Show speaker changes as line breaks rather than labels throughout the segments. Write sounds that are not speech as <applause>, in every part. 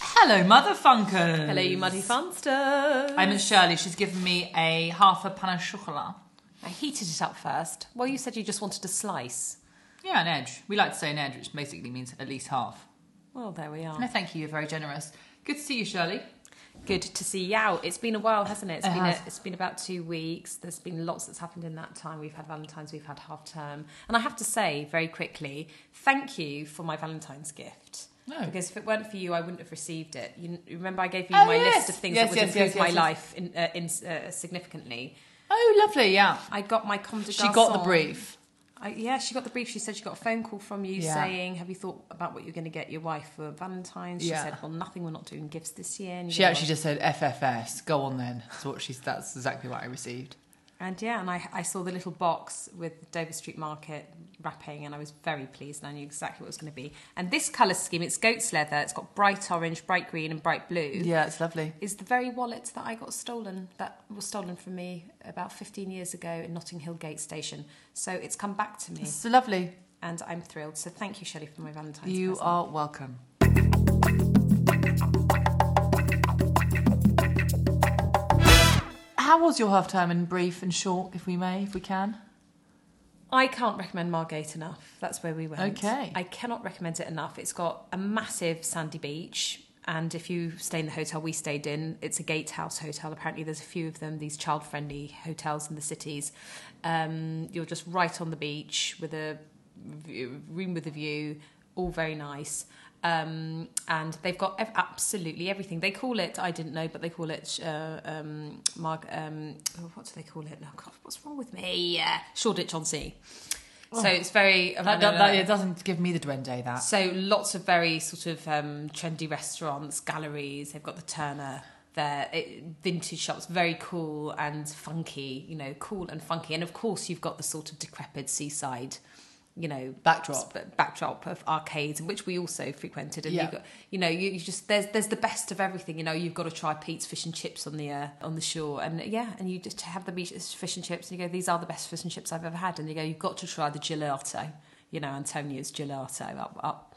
Hello, motherfunkers.
Hello, you muddy funsters.
I'm Shirley. She's given me a half a pan of chocolate.
I heated it up first. Well, you said you just wanted a slice.
Yeah, an edge. We like to say an edge, which basically means at least half.
Well, there we
No,
are.
thank you. You're very generous. Good to see you, Shirley.
Good to see you out. It's been a while, hasn't it? It's
It
been
has.
A, it's been about two weeks. There's been lots that's happened in that time. We've had Valentine's, we've had half term, and I have to say very quickly, thank you for my Valentine's gift.
No.
Because if it weren't for you, I wouldn't have received it. You you remember I gave you
Oh,
my
yes.
list of things
Yes,
that would
yes,
improve
yes, yes,
my
yes.
life in, uh, in, uh, significantly.
Oh, lovely. Yeah.
I got my Comme des
She got the
Garçons.
brief.
I, yeah, she got the brief. She said she got a phone call from you
Yeah.
saying, "Have you thought about what you're going to get your wife for Valentine's?" She
Yeah.
said, "Well, nothing. We're not doing gifts this year." And you
She
go,
actually just said FFS. Go on then. That's what she's. That's exactly what I received.
and yeah, and I, I saw the little box with Dover Street Market wrapping, and I was very pleased, and I knew exactly what it was going to be. And this colour scheme, it's goat's leather. It's got bright orange, bright green, and bright blue.
Yeah, it's lovely.
Is the very wallet that I got stolen that was stolen from me about 15 years ago in Notting Hill Gate Station. So it's come back to me,
It's lovely.
and I'm thrilled. So thank you, Shelley, for my Valentine's.
You
present.
are welcome. How was your half term in brief and short, if we may, if we can?
I can't recommend Margate enough. That's where we went.
Okay.
I cannot recommend it enough. It's got a massive sandy beach. And if you stay in the hotel we stayed in, it's a gatehouse hotel. Apparently, there's a few of them, these child friendly hotels in the cities. Um, you're just right on the beach with a view, room with a view, all very nice. Um, and they've got ev- absolutely everything. They call it, I didn't know, but they call it, uh, um, Marg- um, oh, what do they call it? No, God, what's wrong with me? Yeah, Shoreditch on Sea. So it's very.
Oh,
uh,
That, that, that- it doesn't give me the duende, that.
So lots of very sort of um, trendy restaurants, galleries. They've got the Turner there, it, vintage shops, very cool and funky. You know, cool and funky. And of course, you've got the sort of decrepit seaside. You know,
Backdrop.
sp- backdrop of arcades, which we also frequented. And
Yeah.
you got, you know, you, you just there's there's the best of everything. You know, you've got to try Pete's fish and chips on the uh, on the shore, and yeah, and you just have the meat- fish and chips, and you go, these are the best fish and chips I've ever had. And you go, you've got to try the gelato. You know, Antonio's gelato up up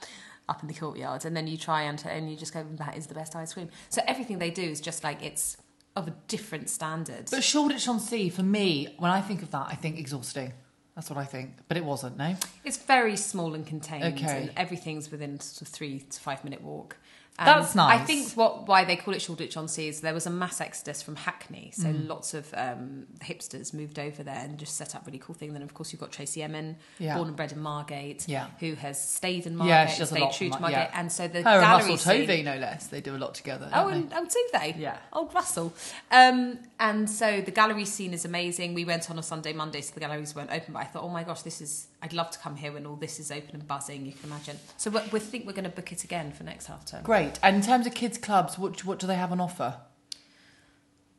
up in the courtyard, and then you try and and you just go, that is the best ice cream. So everything they do is just like it's of a different standard.
But Shoreditch on Sea, for me, when I think of that, I think exhausting. That's what I think. But it wasn't, no?
It's very small and contained,
Okay.
and everything's within sort of three to five minute walk. And
That's
I
nice.
think what why they call it Shoreditch on Sea is there was a mass exodus from Hackney, so
Mm.
lots of um, hipsters moved over there and just set up really cool thing. Then of course you've got Tracy Emin,
Yeah.
born and bred in Margate,
Yeah.
who has stayed in Margate,
Yeah, she does a
stayed
lot
true
in
to
Mar-
Margate,
yeah.
and so the
Her and
gallery
Russell
scene-
Tovey, no less. They do a lot together.
Oh,
don't they?
and, oh, do they?
Yeah.
Old Russell. Um, and so the gallery scene is amazing. We went on a Sunday, Monday, so the galleries weren't open. But I thought, oh my gosh, this is. I'd love to come here when all this is open and buzzing. You can imagine. So we, we think we're going to book it again for next half term.
Great. And in terms of kids' clubs, what, what do they have on offer?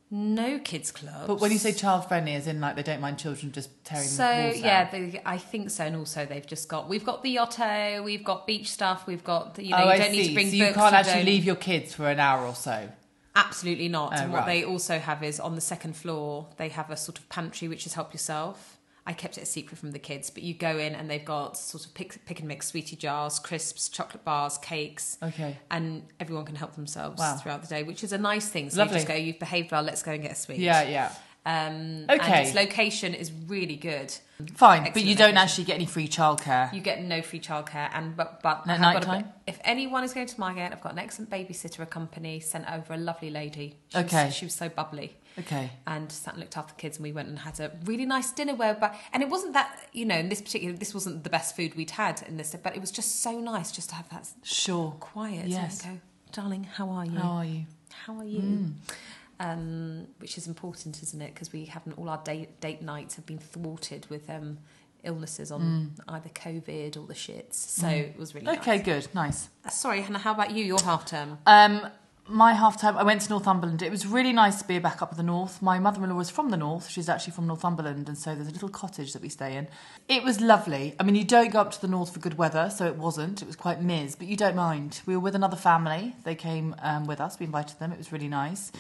No kids club.
But when you say child friendly, as in like they don't mind children just tearing
so
the walls
yeah,
out.
they, I think so. And also, they've just got we've got the Yotto, we've got beach stuff, we've got the- you know
oh,
you
I
don't
see.
need to bring
so
books.
you can't actually
don't-
leave your kids for an hour or so.
Absolutely not.
Oh,
and what
right.
they also have is on the second floor, they have a sort of pantry which is help yourself. I kept it a secret from the kids, but you go in and they've got sort of pick, pick and mix sweetie jars, crisps, chocolate bars, cakes,
Okay.
and everyone can help themselves
Wow.
throughout the day, which is a nice thing. So
Lovely.
you just go, you've behaved well, let's go and get a sweet.
Yeah, yeah.
Um,
Okay.
And its location is really good.
Fine, but
Excellent
you don't
location.
actually get any free childcare.
You get no free childcare, and but but I
At
have got a-
nighttime?
if anyone is going to Margate, I've got an excellent babysitter, a company sent over a lovely lady. She was-
Okay.
she was so bubbly
Okay.
and sat and looked after the kids and we went and had a really nice dinner where but and it wasn't that you know in this particular this wasn't the best food we'd had in this but it was just so nice just to have that
Sure.
quiet
Yes.
and go darling how are you
How are you? Mm.
how are you um which is important isn't it because we haven't all our date date nights have been thwarted with um illnesses on either covid or the shits so it was really
Mm. Okay,
nice.
good. Nice.
Uh, sorry hannah how about you your half term
Um, my half time, I went to Northumberland. It was really nice to be back up at the north. My mother in law is from the north. She's actually from Northumberland, and so there's a little cottage that we stay in. It was lovely. I mean, you don't go up to the north for good weather, so it wasn't. It was quite miz, but you don't mind. We were with another family. They came um, with us. We invited them. It was really nice.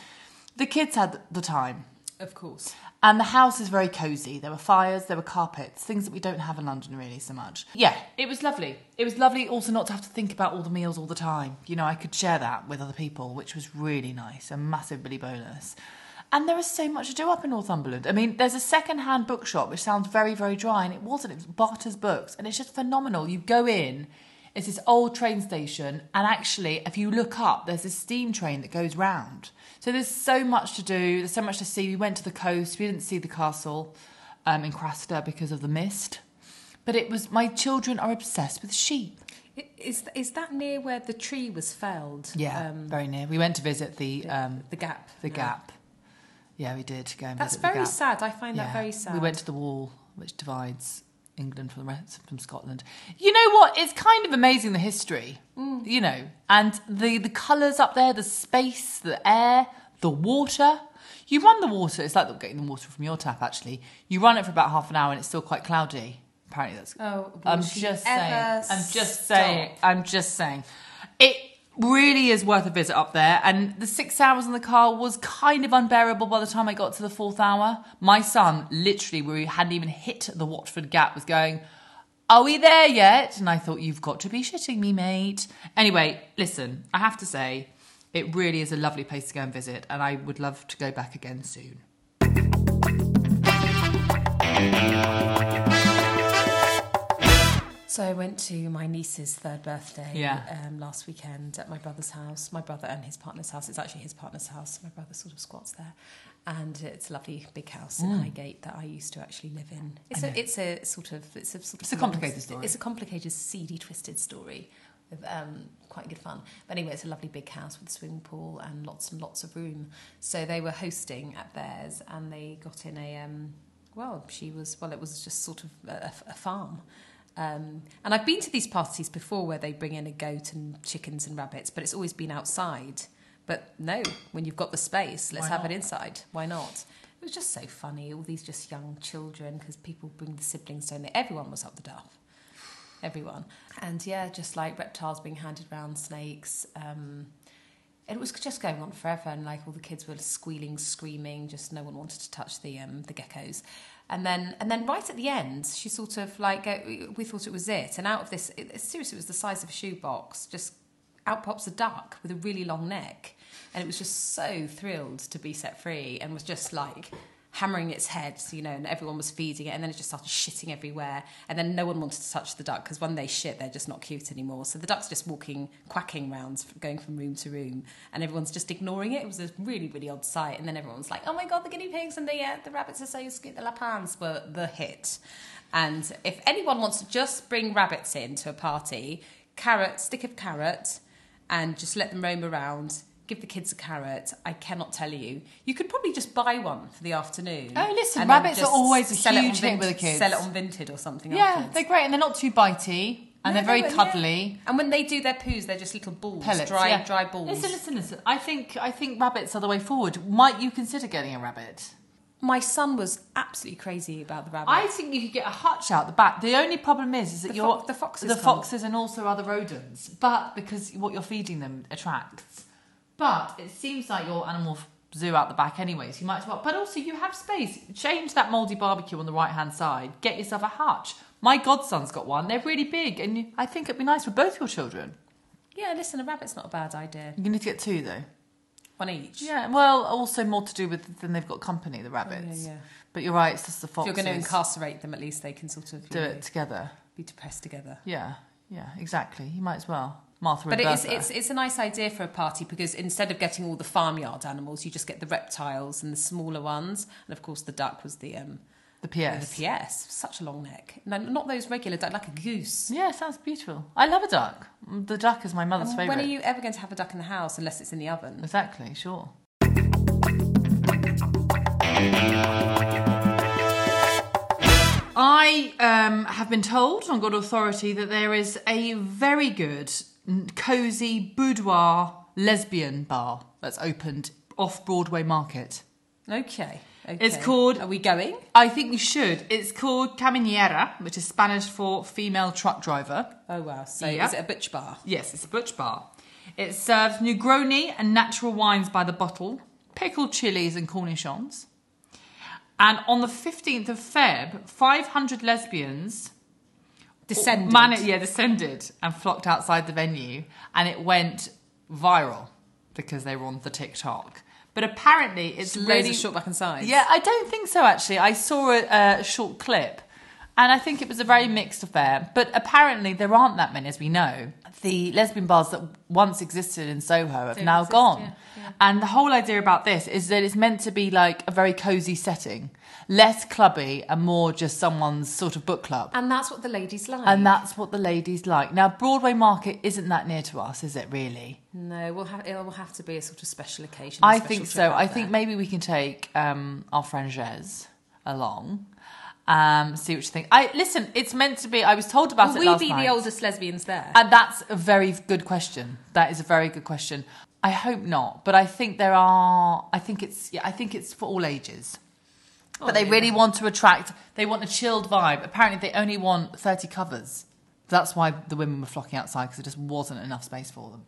The kids had the time.
Of course.
And the house is very cosy. There were fires, there were carpets, things that we don't have in London really so much. Yeah, it was lovely. It was lovely also not to have to think about all the meals all the time. You know, I could share that with other people, which was really nice, a massive Billy bonus. And there is so much to do up in Northumberland. I mean, there's a second-hand bookshop, which sounds very, very dry, and it wasn't. It was Barter's Books, and it's just phenomenal. You go in, it's this old train station, and actually, if you look up, there's this steam train that goes round. So there's so much to do. There's so much to see. We went to the coast. We didn't see the castle um, in Craster because of the mist. But it was my children are obsessed with sheep.
I- Is is that near where the tree was felled?
Yeah,
Um,
very near. We went to visit the um,
the gap.
the
No.
gap. Yeah, we did go and
That's
visit the
very
gap.
sad. I find that
Yeah.
very sad.
We went to the wall which divides England from the rest from Scotland. You know what? It's kind of amazing the history.
Mm.
You know, and the the colours up there, the space, the air, the water. You run the water. It's like getting the water from your tap. Actually, you run it for about half an hour, and it's still quite cloudy. Apparently, that's
Oh,
I'm
will she
just saying.
ever
I'm just
stop?
saying. I'm just saying. It really is worth a visit up there. And the six hours in the car was kind of unbearable by the time I got to the fourth hour. My son, literally, where he hadn't even hit the Watford Gap, was going, Are we there yet? And I thought, You've got to be shitting me, mate. Anyway, listen, I have to say, it really is a lovely place to go and visit. And I would love to go back again soon.
So I went to my niece's third birthday
Yeah.
um, last weekend at my brother's house, my brother and his partner's house. It's actually his partner's house. My brother sort of squats there, and it's a lovely big house
Mm.
in Highgate that I used to actually live in. It's a it's a sort of it's a sort of
It's a complicated story.
It's a complicated, seedy, twisted story. With um, quite good fun, but anyway, it's a lovely big house with a swimming pool and lots and lots of room. So they were hosting at theirs, and they got in a um, well, she was well, it was just sort of a, a- a farm. Um, and I've been to these parties before where they bring in a goat and chickens and rabbits, but it's always been outside. But no, when you've got the space, let's
Why
have
not?
it inside. Why not? It was just so funny. All these just young children, because people bring the siblings, don't they? Everyone was up the duff. Everyone. And yeah, just like reptiles being handed round, snakes. Um, it was just going on forever, and like all the kids were squealing, screaming. Just no one wanted to touch the um, the geckos, and then and then right at the end, she sort of like uh, we- we thought it was it, and out of this, it, seriously, it was the size of a shoebox. Just out pops a duck with a really long neck, and it was just so thrilled to be set free, and was just like hammering its head, you know, and everyone was feeding it, and then it just started shitting everywhere, and then no one wanted to touch the duck because when they shit, they're just not cute anymore. So the duck's just walking, quacking rounds, going from room to room, and everyone's just ignoring it. It was a really, really odd sight, and then everyone's like, "Oh my god, the guinea pigs and the uh, the rabbits are so cute. The lapans were the hit." And if anyone wants to just bring rabbits in to a party, carrot, stick of carrot, and just let them roam around. Give the kids a carrot. I cannot tell you. You could probably just buy one for the afternoon.
Oh, listen,
then
rabbits are
just
always a
sell it on
huge hit
Vint-
with the kids.
Sell it on Vinted or something.
Yeah,
afterwards.
they're great and they're not too bitey and
No,
they're very
no, yeah.
cuddly.
And when they do their poos, they're just little balls,
pellets,
dry,
yeah.
dry balls.
Listen, listen, listen. I think I think rabbits are the way forward. Might you consider getting a rabbit?
My son was absolutely crazy about the rabbit.
I think you could get a hutch out the back. The only problem is, is that
The
you're
fox- the foxes
the
can't.
foxes, and also other rodents. But because what you're feeding them attracts. But it seems like your animal f- zoo out the back, anyways. You might as well. But also, you have space. Change that mouldy barbecue on the right hand side. Get yourself a hutch. My godson's got one. They're really big, and you, I think it'd be nice for both your children.
yeah, listen, a rabbit's not a bad idea.
You need to get two though.
One each.
Yeah, well, also more to do with then they've got company, the
Oh, yeah,
rabbits.
yeah.
But you're right, it's just the
If
foxes.
you're going to incarcerate them, at least they can sort of you
do
know,
it together.
be depressed together.
Yeah, yeah, exactly. You might as well. Martha
But
and
it is,
Bertha.
it's, it's a nice idea for a party because instead of getting all the farmyard animals, you just get the reptiles and the smaller ones. And of course, the duck was the um,
the PS.
the PS. Such a long neck. No, not those regular duck, like a goose.
Yeah, it sounds beautiful. I love a duck. The duck is my mother's
And
favourite.
when are you ever going to have a duck in the house unless it's in the oven?
Exactly, sure. I um, have been told on good authority that there is a very good, n- cosy boudoir lesbian bar that's opened off Broadway Market.
Okay. okay.
It's called-
Are we going?
I think you should. It's called Caminera, which is Spanish for female truck driver.
Oh wow! So
Yeah.
is it a butch bar?
Yes, it's a butch bar. It serves Negroni and natural wines by the bottle, pickled chilies and cornichons. And on the 15th of Feb, 500 lesbians Oh,
Descendant.
mani- yeah, descended and flocked outside the venue, and it went viral because they were on the TikTok. But apparently, it's
Loads
really
of short back and sides.
yeah, I don't think so, actually. I saw a, a short clip, and I think it was a very mixed affair. But apparently, there aren't that many, as we know. The lesbian bars that once existed in Soho have
Don't
now
exist,
gone.
yeah, yeah.
And the whole idea about this is that it's meant to be like a very cozy setting, less clubby and more just someone's sort of book club.
And that's what the ladies like.
And that's what the ladies like. Now, Broadway Market isn't that near to us, is it really?
no, we'll have, it'll have to be a sort of special occasion. a
I
special
think
trip
so.
out
I
there.
think maybe we can take um, our friend Jez along. Um, see what you think. I listen. It's meant to be. I was told about
Will
it
we
last
be
night,
the oldest lesbians there?
and that's a very good question. That is a very good question. I hope not, but I think there are. I think it's. Yeah, I think it's for all ages.
Oh,
But they
yeah.
really want to attract. They want a chilled vibe. Apparently, they only want thirty covers. That's why the women were flocking outside because there just wasn't enough space for them.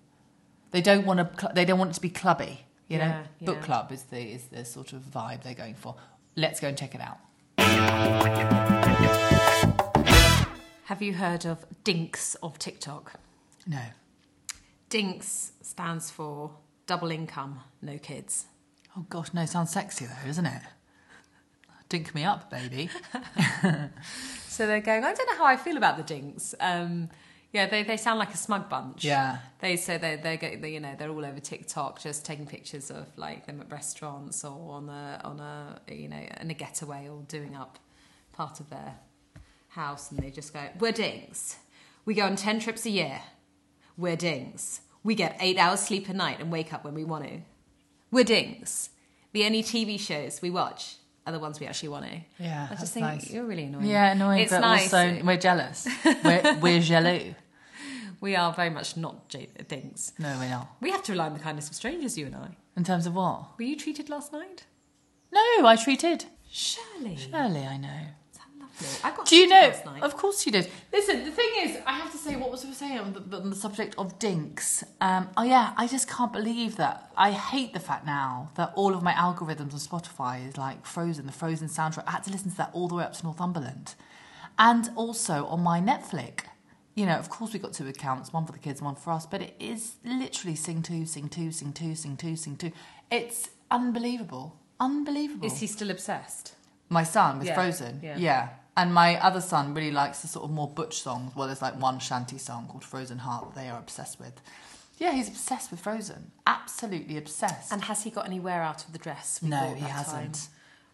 They don't want to. Cl- they don't want it to be clubby. You know,
Yeah,
book
yeah.
club is the is the sort of vibe they're going for. Let's go and check it out.
Have you heard of Dinks of TikTok?
No,
Dinks stands for double income, no kids.
oh gosh, no. Sounds sexy though, doesn't it? Dink me up, baby.
So they're going, I don't know how I feel about the Dinks. Um, yeah, they, they sound like a smug bunch.
Yeah.
They say they they go they, you know they're all over TikTok just taking pictures of like them at restaurants or on a on a you know in a getaway or doing up part of their house and they just go we're dings we go on ten trips a year we're dings we get eight hours sleep a night and wake up when we want to we're dings the only TV shows we watch are the ones we actually want to
Yeah,
I
that's
just think
nice.
you're really annoying
Yeah, annoying,
it's
but
nice
also we're jealous. We're,
<laughs>
we're jaloux.
we are very much not j- dings
No, we're not.
we have to rely on the kindness of strangers you and I.
In terms of what?
Were you treated last night?
No, I treated.
Surely.
Early, I know.
Is that lovely? I got
Do you
treated
know?
last night.
Of course you did. Listen, the thing is, I have to say, what was I saying on the, on the subject of dinks? Um, oh yeah, I just can't believe that. I hate the fact now that all of my algorithms on Spotify is like Frozen, the Frozen soundtrack. I had to listen to that all the way up to Northumberland, and also on my Netflix. You know, of course, we got two accounts, one for the kids, one for us, but it is literally sing two, sing two, sing two, sing two, sing two. It's unbelievable, unbelievable
Is he still obsessed?
my son with
Yeah,
Frozen. Yeah.
yeah.
And my other son really likes the sort of more butch songs. Well, there's like one shanty song called Frozen Heart that they are obsessed with. Yeah, he's obsessed with Frozen. Absolutely obsessed.
And has he got any wear out of the dress? we
no,
bought
he
that
hasn't.
Time?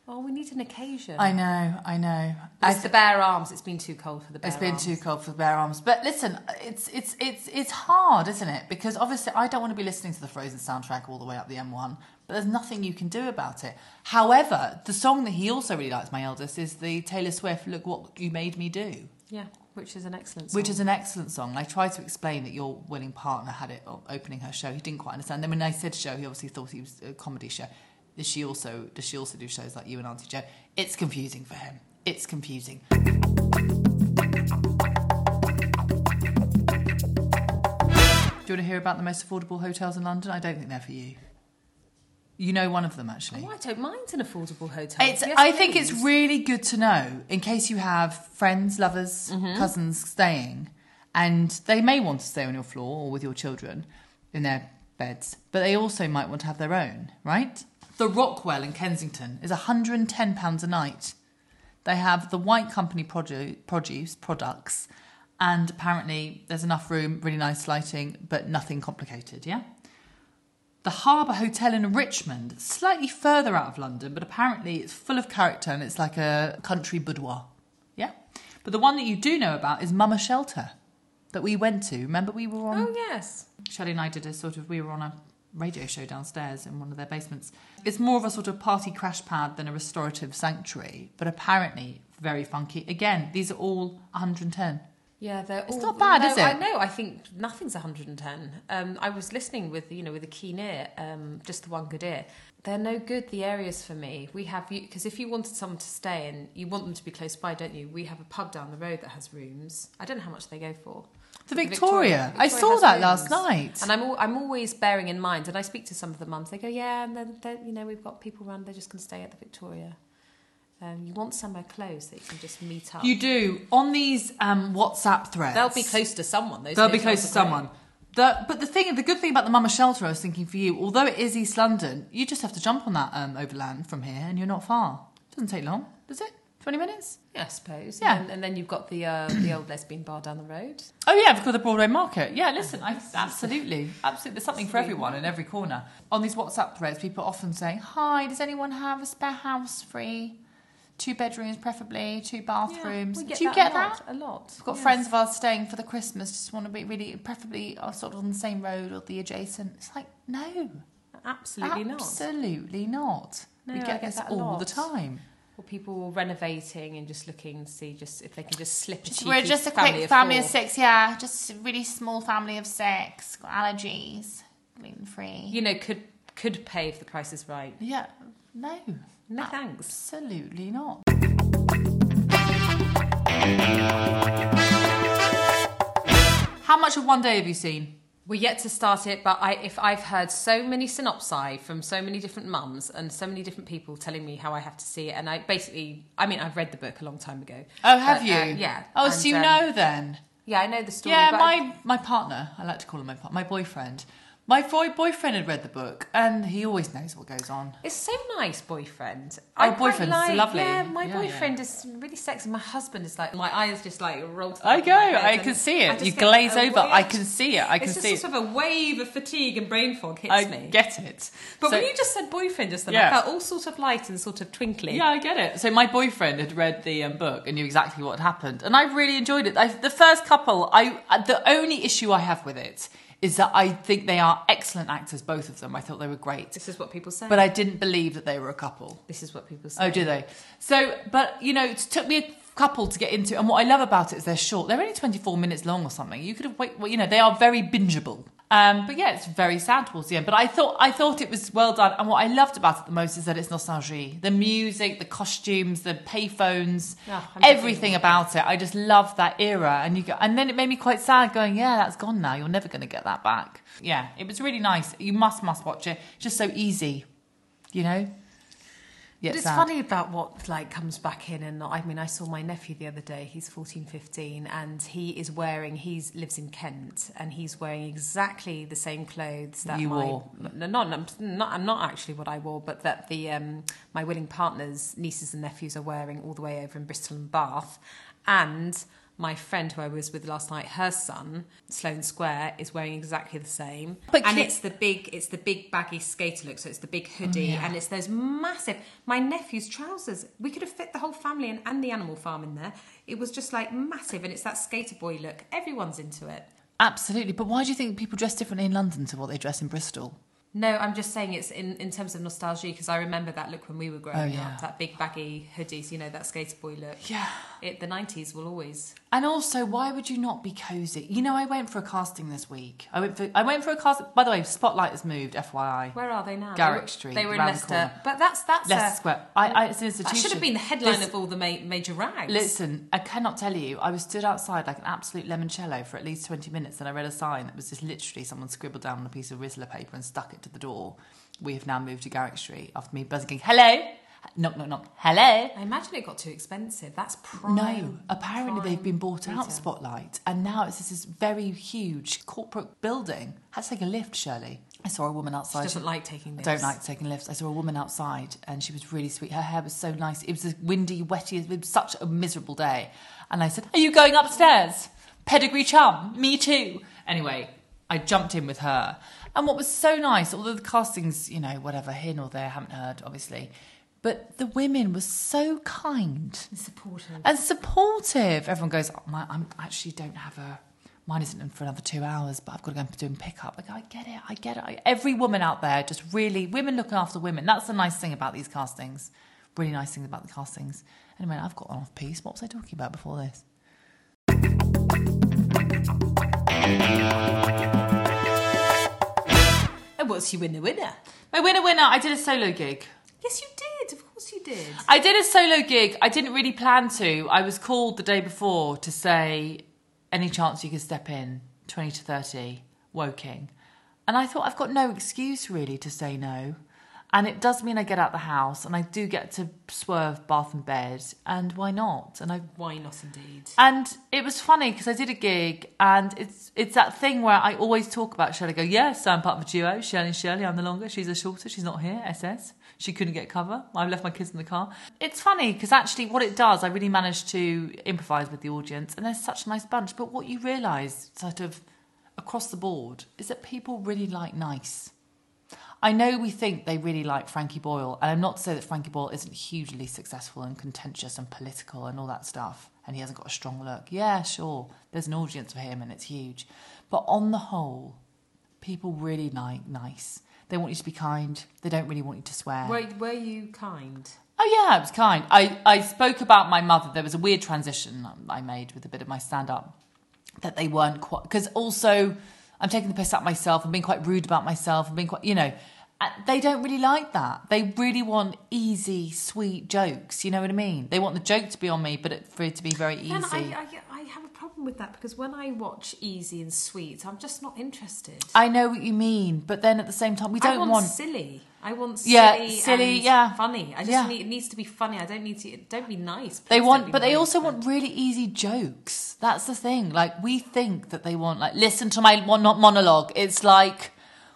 Well, we need an occasion.
I know, I know. I
it's the bare arms. It's been too cold for the bare
It's been
arms.
too cold for the bare arms. But listen, it's it's it's it's hard, isn't it? Because obviously I don't want to be listening to the Frozen soundtrack all the way up the M1, but there's nothing you can do about it. However, the song that he also really likes, my eldest, is the Taylor Swift Look What You Made Me Do.
Yeah, which is an excellent song.
Which is an excellent song. I tried to explain that your willing partner had it o- opening her show. He didn't quite understand. Then when I said show, he obviously thought he was a comedy show. Does she also does she also do shows like you and Auntie Joe? It's confusing for him. It's confusing. Do you want to hear about the most affordable hotels in London? I don't think they're for you. You know one of them actually.
Oh, I don't mind an affordable hotel.
It's,
Yes,
I think it's
please.
really good to know in case you have friends, lovers, cousins staying, and they may want to stay on your floor or with your children in their beds, but they also might want to have their own, right? The Rockwell in Kensington is £110 a night. They have the White Company produ- produce products, and apparently there's enough room, really nice lighting, but nothing complicated, yeah? The Harbour Hotel in Richmond, slightly further out of London, but apparently it's full of character and it's like a country boudoir. Yeah. But the one that you do know about is Mama Shelter that we went to. Remember, we were on.
Oh yes.
Shelley and I did a sort of, we were on a radio show downstairs in one of their basements. It's more of a sort of party crash pad than a restorative sanctuary, but apparently very funky. Again, these are all 110.
Yeah, they're it's
not bad,
no,
is
I
it?
know. I think nothing's 110. Um, I was listening with you know with a keen ear, um, just the one good ear. They're no good. The areas for me, we have you because if you wanted someone to stay and you want them to be close by, don't you? We have a pub down the road that has rooms. I don't know how much they go for.
The Victoria. I saw
has
that last
rooms.
night.
And I'm al- I'm always bearing in mind, and I speak to some of the mums. They go, yeah, and then they- you know we've got people around. They're just going to stay at the Victoria. Um, you want somewhere close that you can just meet up.
You do on these um, WhatsApp threads.
They'll be close to someone. Those
They'll be
hotels
close
are
to
great.
someone. The, but the thing, the good thing about the Mama Shelter, I was thinking for you, although it is East London, you just have to jump on that um, overland from here, and you're not far. Doesn't take long, does it? Twenty minutes?
Yeah, I suppose.
Yeah.
And, and then you've got the uh, the old lesbian bar down the road.
Oh yeah, because the Broadway Market. Yeah, listen, I, absolutely, absolutely. There's something for
Absolutely.
everyone in every corner. On these WhatsApp threads, people often saying, "Hi, does anyone have a spare house free? Two bedrooms, preferably, two <coughs> bathrooms.
we get
Do you
that
get
a
that?
lot, A lot.
I've got
yes.
friends of ours staying for the Christmas. Just want to be really, preferably, are sort of on the same road or the adjacent. It's like no,
Absolutely not.
absolutely not.
No,
we
I
get,
get
this
that a
all
lot.
the time.
Or people renovating and just looking to see just if they can just slip a cheeky
We're just a
family
quick
of
family of
four.
six, yeah. Just a really small family of six. Got allergies, gluten free.
You know, could could pay if the price is right.
Yeah, no,
No thanks.
absolutely not. How much of one day have you seen?
We're yet to start it, but I, if I've heard so many synopsi from so many different mums and so many different people telling me how I have to see it, and I basically, I mean, I've read the book a long time ago.
Oh, have
But,
you?
uh, yeah.
Oh,
And,
so you
um,
know then.
Yeah, I know the story.
Yeah,
but I-
my my partner, I like to call him my par- my boyfriend. My boy boyfriend had read the book, and he always knows what goes on.
It's so nice, boyfriend.
Oh,
quite
boyfriend's lovely.
Yeah, my
Yeah,
boyfriend is really sexy. My husband is like, my eyes just like roll. to the
I
back of
go,
my head
I
and
can see it.
just
You
get
glaze
a
over. I
wave-
can see it. I can
it's just
see
a
it.
sort of a wave of fatigue and brain fog hits
I
me.
get it.
But
So-
when you just said boyfriend just then,
Yeah.
I felt all sort of light and sort of twinkly.
Yeah, I get it. So my boyfriend had read the um, book and knew exactly what had happened, and I really enjoyed it. I, the first couple, I uh, the only issue I have with it is that I think they are excellent actors, both of them. I thought they were great,
This is what people say.
but I didn't believe that they were a couple.
this is what people say.
Oh, do they? So, but you know, it took me a couple to get into, and what I love about it is they're short. They're only twenty four minutes long or something. You could have wait. Well, you know, they are very bingeable. Um, but yeah, it's very sad towards the end. But I thought I thought it was well done, and what I loved about it the most is that it's nostalgie. The music, the costumes, the payphones,
Yeah, Ah, I'm just
everything about it. I just love that era, and you go, and then it made me quite sad, going, yeah, that's gone now. You're never going to get that back. Yeah, it was really nice. You must must watch it. It's just so easy, you know. Yeah,
But it's
sad.
funny about what like comes back in and not. I mean, I saw my nephew the other day. He's 14, 15 and he is wearing. He's lives in Kent, and he's wearing exactly the same clothes that
You
my,
wore.
No, not, not, not, not actually what I wore, but that the um, my willing partner's nieces and nephews are wearing all the way over in Bristol and Bath, and. My friend who I was with last night, her son, Sloane Square, is wearing exactly the same.
But
and
ki-
it's the big it's the big baggy skater look so it's the big hoodie and it's those massive my nephew's trousers we could have fit the whole family and, and the animal farm in there it was just like massive and it's that skater boy look everyone's into it
Absolutely, but why do you think people dress differently in London to what they dress in Bristol?
no i'm just saying it's in, in terms of nostalgia because i remember that look when we were growing
Oh, yeah.
up that big baggy hoodies you know that skater boy look
Yeah.
it, the 90s will always
And also, why would you not be cosy? You know, I went for a casting this week. I went for I went for a cast. By the way, Spotlight has moved. FYI,
where are they now
Garrick
They were-
Street,
they were in
round the
leicester
corner.
but that's that's a-
Leicester Square. I, I it's an
that
institution.
should have been the headline
This-
of all the ma- major rags
Listen, I cannot tell you. I was stood outside like an absolute limoncello for at least 20 minutes, and I read a sign that was just literally someone scribbled down on a piece of Rizzler paper and stuck it to the door. We have now moved to Garrick Street after me buzzing, hello, knock, knock, knock, hello.
I imagine it got too expensive. That's prime.
No, apparently they've been bought out,
retail.
Spotlight, and now it's this, this very huge corporate building. Had to take a lift, Shirley. I saw a woman
She
outside.
doesn't like taking
I
this.
don't like taking lifts. I saw a woman outside, and she was really sweet. Her hair was so nice. It was a windy, wetty, it was such a miserable day. And I said, "Are you going upstairs? Pedigree chum, me too." Anyway, I jumped in with her, and what was so nice, although the castings, you know, whatever, here nor there, haven't heard, obviously. But the women were so kind
supportive.
and supportive. Everyone goes, oh, my, I'm I actually don't have a. Mine isn't in for another two hours, but I've got to go and do pickup. I go, I get it, I get it. I, every woman out there, just really, women looking after women. That's the nice thing about these castings. Really nice thing about the castings. Anyway, I've got on off piece. What was I talking about before this?
And what's you win the winner?
My winner, winner, I did a solo gig.
Yes, you did. Of course you did.
I did a solo gig. I didn't really plan to. I was called the day before to say, any chance you could step in, 20 to 30, Woking. And I thought, I've got no excuse really to say no. And it does mean I get out the house and I do get to swerve bath and bed. And why not? And I
Why not, indeed?
and it was funny because I did a gig, and it's it's that thing where I always talk about Shirley. I Go, yes, I'm part of a duo, Shirley and Shirley. I'm the longer, she's the shorter. She's not here. SS. She couldn't get cover. I've left my kids in the car. It's funny because actually, what it does, I really managed to improvise with the audience, and they're such a nice bunch. But what you realise, sort of across the board, is that people really like nice. I know we think they really like Frankie Boyle, and I'm not to say that Frankie Boyle isn't hugely successful and contentious and political and all that stuff, and he hasn't got a strong look. Yeah, sure, there's an audience for him and it's huge. But on the whole, people really like nice. They want you to be kind, they don't really want you to swear.
Were, were you kind?
Oh yeah, it was kind. I, I spoke about my mother. There was a weird transition I made with a bit of my stand up that they weren't quite because also I'm taking the piss out of myself and being quite rude about myself and being quite you know uh, they don't really like that. They really want easy, sweet jokes. You know what I mean? They want the joke to be on me, but it, for it to be very easy.
And I, I, I have a problem with that because when I watch Easy and Sweet, I'm just not interested.
I know what you mean, but then at the same time, we
I
don't
want,
want
silly. I want silly,
Yeah, silly,
and
yeah.
funny. I just
Yeah.
need it needs to be funny. I don't need to don't be nice.
They
Please don't
want,
be
but they
nice,
also
but-
want really easy jokes. That's the thing. Like we think that they want, like, listen to my mon- monologue. It's like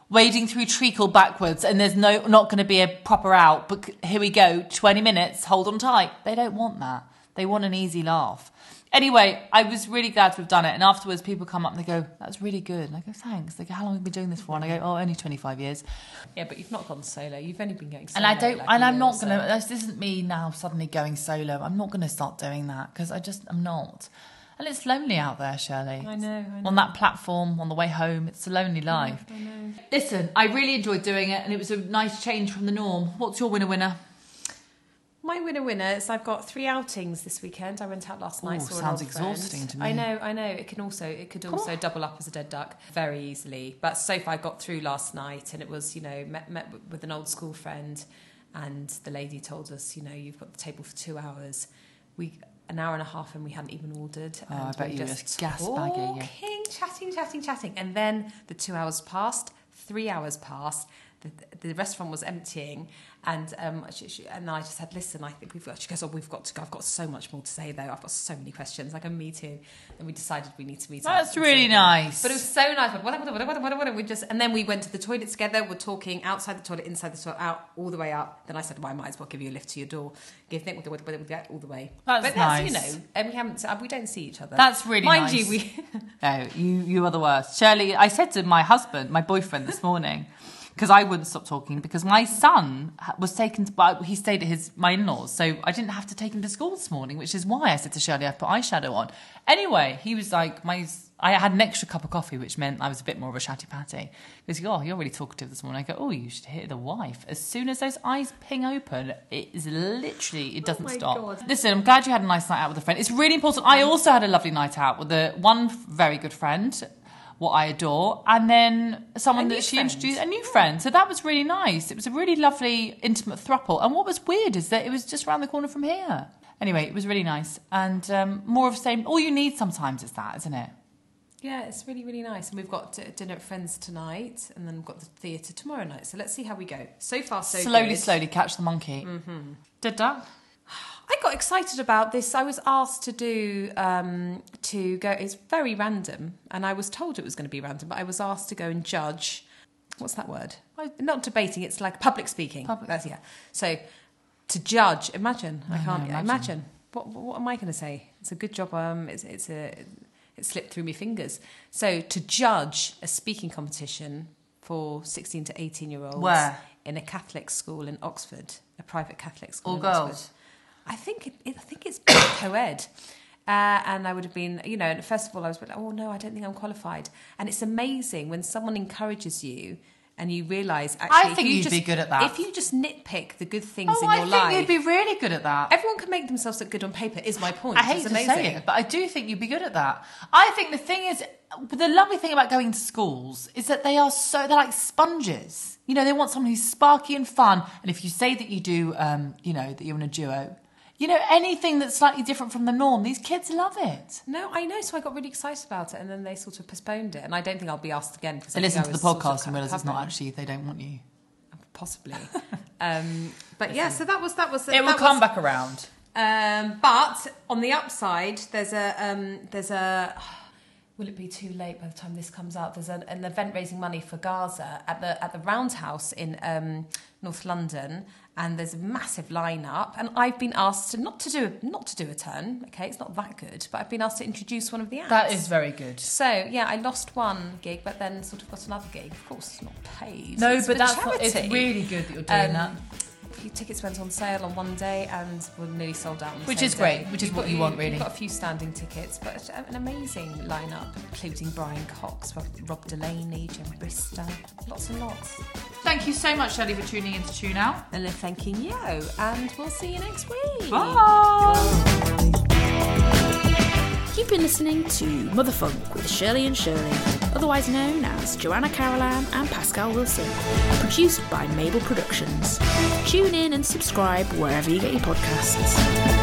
wading through treacle backwards, and there's no not going to be a proper out. But c- here we go, twenty minutes. Hold on tight. They don't want that. They want an easy laugh. Anyway, I was really glad to have done it. And afterwards, people come up and they go, "That's really good." And I go, "Thanks." They go, "How long have you been doing this for?" And I go, "Oh, only twenty-five years."
Yeah, but you've not gone solo. You've only been going
and
solo.
I don't,
like a
and I'm
year
not
or
gonna.
so.
This isn't me now suddenly going solo. I'm not gonna start doing that because I just I'm not. And it's lonely out there, Shirley.
I know, I
On that platform, on the way home, it's a lonely life. I know. Listen, I really enjoyed doing it, and it was a nice change from the norm. What's your winner, winner?
My winner winner is I've got three outings this weekend. I went out last night.
Ooh,
saw an
sounds
old friend.
exhausting to
I
me.
know, I know. It can also it could also double up as a dead duck very easily. But so far I got through last night, and it was you know met met with an old school friend, and the lady told us you know you've got the table for two hours. We an hour and a half, and we hadn't even ordered.
Oh, I
and
bet
we
you were
just
gas bagging it.
talking, chatting, chatting, chatting, and then the two hours passed. Three hours passed. The, the restaurant was emptying, and um, she, she, and I just said, "Listen, I think we've got." She goes, "Oh, we've got to go. I've got so much more to say, though. I've got so many questions. Like, I'm me too." And we decided we need to meet. up
That's
and
really
so-
nice.
But it was so nice. Like, what, what, what, what, what, what, we just and then we went to the toilet together. We're talking outside the toilet, inside the toilet, out all the way up. Then I said, "Well, I might as well give you a lift to your door. Give Nick all the way."
That's
but
nice.
That's, you know, and we haven't. We don't see each other.
That's really
mind
nice.
you. We
No, you you are the worst, Shirley. I said to my husband, my boyfriend, this morning, because I wouldn't stop talking because my son ha- was taken. To, well, he stayed at his my in laws, so I didn't have to take him to school this morning, which is why I said to Shirley, I put eyeshadow on. Anyway, he was like, my s- I had an extra cup of coffee, which meant I was a bit more of a chatty patty. Because oh, you're really talkative this morning. I go, oh, you should hear the wife. As soon as those eyes ping open, it is literally it doesn't
Oh my
stop.
God.
Listen, I'm glad you had a nice night out with a friend. It's really important. I also had a lovely night out with a one f- very good friend, what I adore, and then someone
A
that
new
she
friend.
introduced, a new friend. So that was really nice. It was a really lovely, intimate thruple. And what was weird is that it was just around the corner from here. Anyway, it was really nice and um, more of the same. All you need sometimes is that, isn't it?
Yeah, it's really, really nice. And we've got d- dinner at Friends tonight, and then we've got the theatre tomorrow night. So let's see how we go. So far, so
slowly,
good.
slowly catch the monkey. Mm-hmm. Did that?
I got excited about this. I was asked to do um, to go. It's very random, and I was told it was going to be random, but I was asked to go and judge. What's that word? Not debating. It's like public speaking.
Public-
That's yeah. So to judge, imagine. I can't
imagine.
imagine. What what am I going to say? It's a good job. Um, it's it's a it slipped through my fingers. So to judge a speaking competition for sixteen to eighteen year olds
Where?
in a Catholic school in Oxford, a private Catholic school.
All
in
girls?
Oxford. I think it, it, I think it's <coughs> co-ed. Uh, and I would have been, you know, and first of all, I was a bit like, oh no, I don't think I'm qualified. And it's amazing when someone encourages you and you realise actually. if
think
you
you'd
just-
be good at that.
If you just nitpick the good things
Oh,
in
I
your
think
life.
you'd be really good at that.
Everyone can make themselves look good on paper, is my point.
I hate
it's
to
amazing.
say it, but I do think you'd be good at that. I think the thing is, the lovely thing about going to schools is that they are so they're like sponges. You know, they want someone who's sparky and fun. And if you say that you do, um, you know, that you're in a duo, you know, anything that's slightly different from the norm, these kids love it.
No, I know. So I got really excited about it, and then they sort of postponed it. and I don't think I'll be asked again.
So listen to the podcast and realise it's not actually they don't want you.
possibly. um, but yeah, so that was that was
It will
that
come
was-
back around.
Um, but on the upside, there's a um, there's a. <sighs> Will it be too late by the time this comes out? There's an, an event raising money for Gaza at the at the Roundhouse in um, North London, and there's a massive lineup. And I've been asked to not to do not to do a turn. Okay, it's not that good, but I've been asked to introduce one of the acts.
That is very good.
So yeah, I lost one gig, but then sort of got another gig. Of course, it's not paid.
No,
It's
but
for
that's
charity.
what, it's really good that you're doing
Um,
that.
Few tickets went on sale on one day and were nearly sold out. On the
Which
same
is great,
day.
which is
You've
what
got-
you want, really.
You've got a few standing tickets, but it's an amazing lineup, including Brian Cox, Rob, Rob Delaney, Jim Brister, lots and lots.
Thank you so much, Shelley, for tuning in to Tune Out.
And they're thanking you, and we'll see you next week.
Bye.
You've been listening to Motherfunk with Shirley and Shirley, otherwise known as Joanna Carolan and Pascal Wilson, produced by Mabel Productions. Tune in and subscribe wherever you get your podcasts.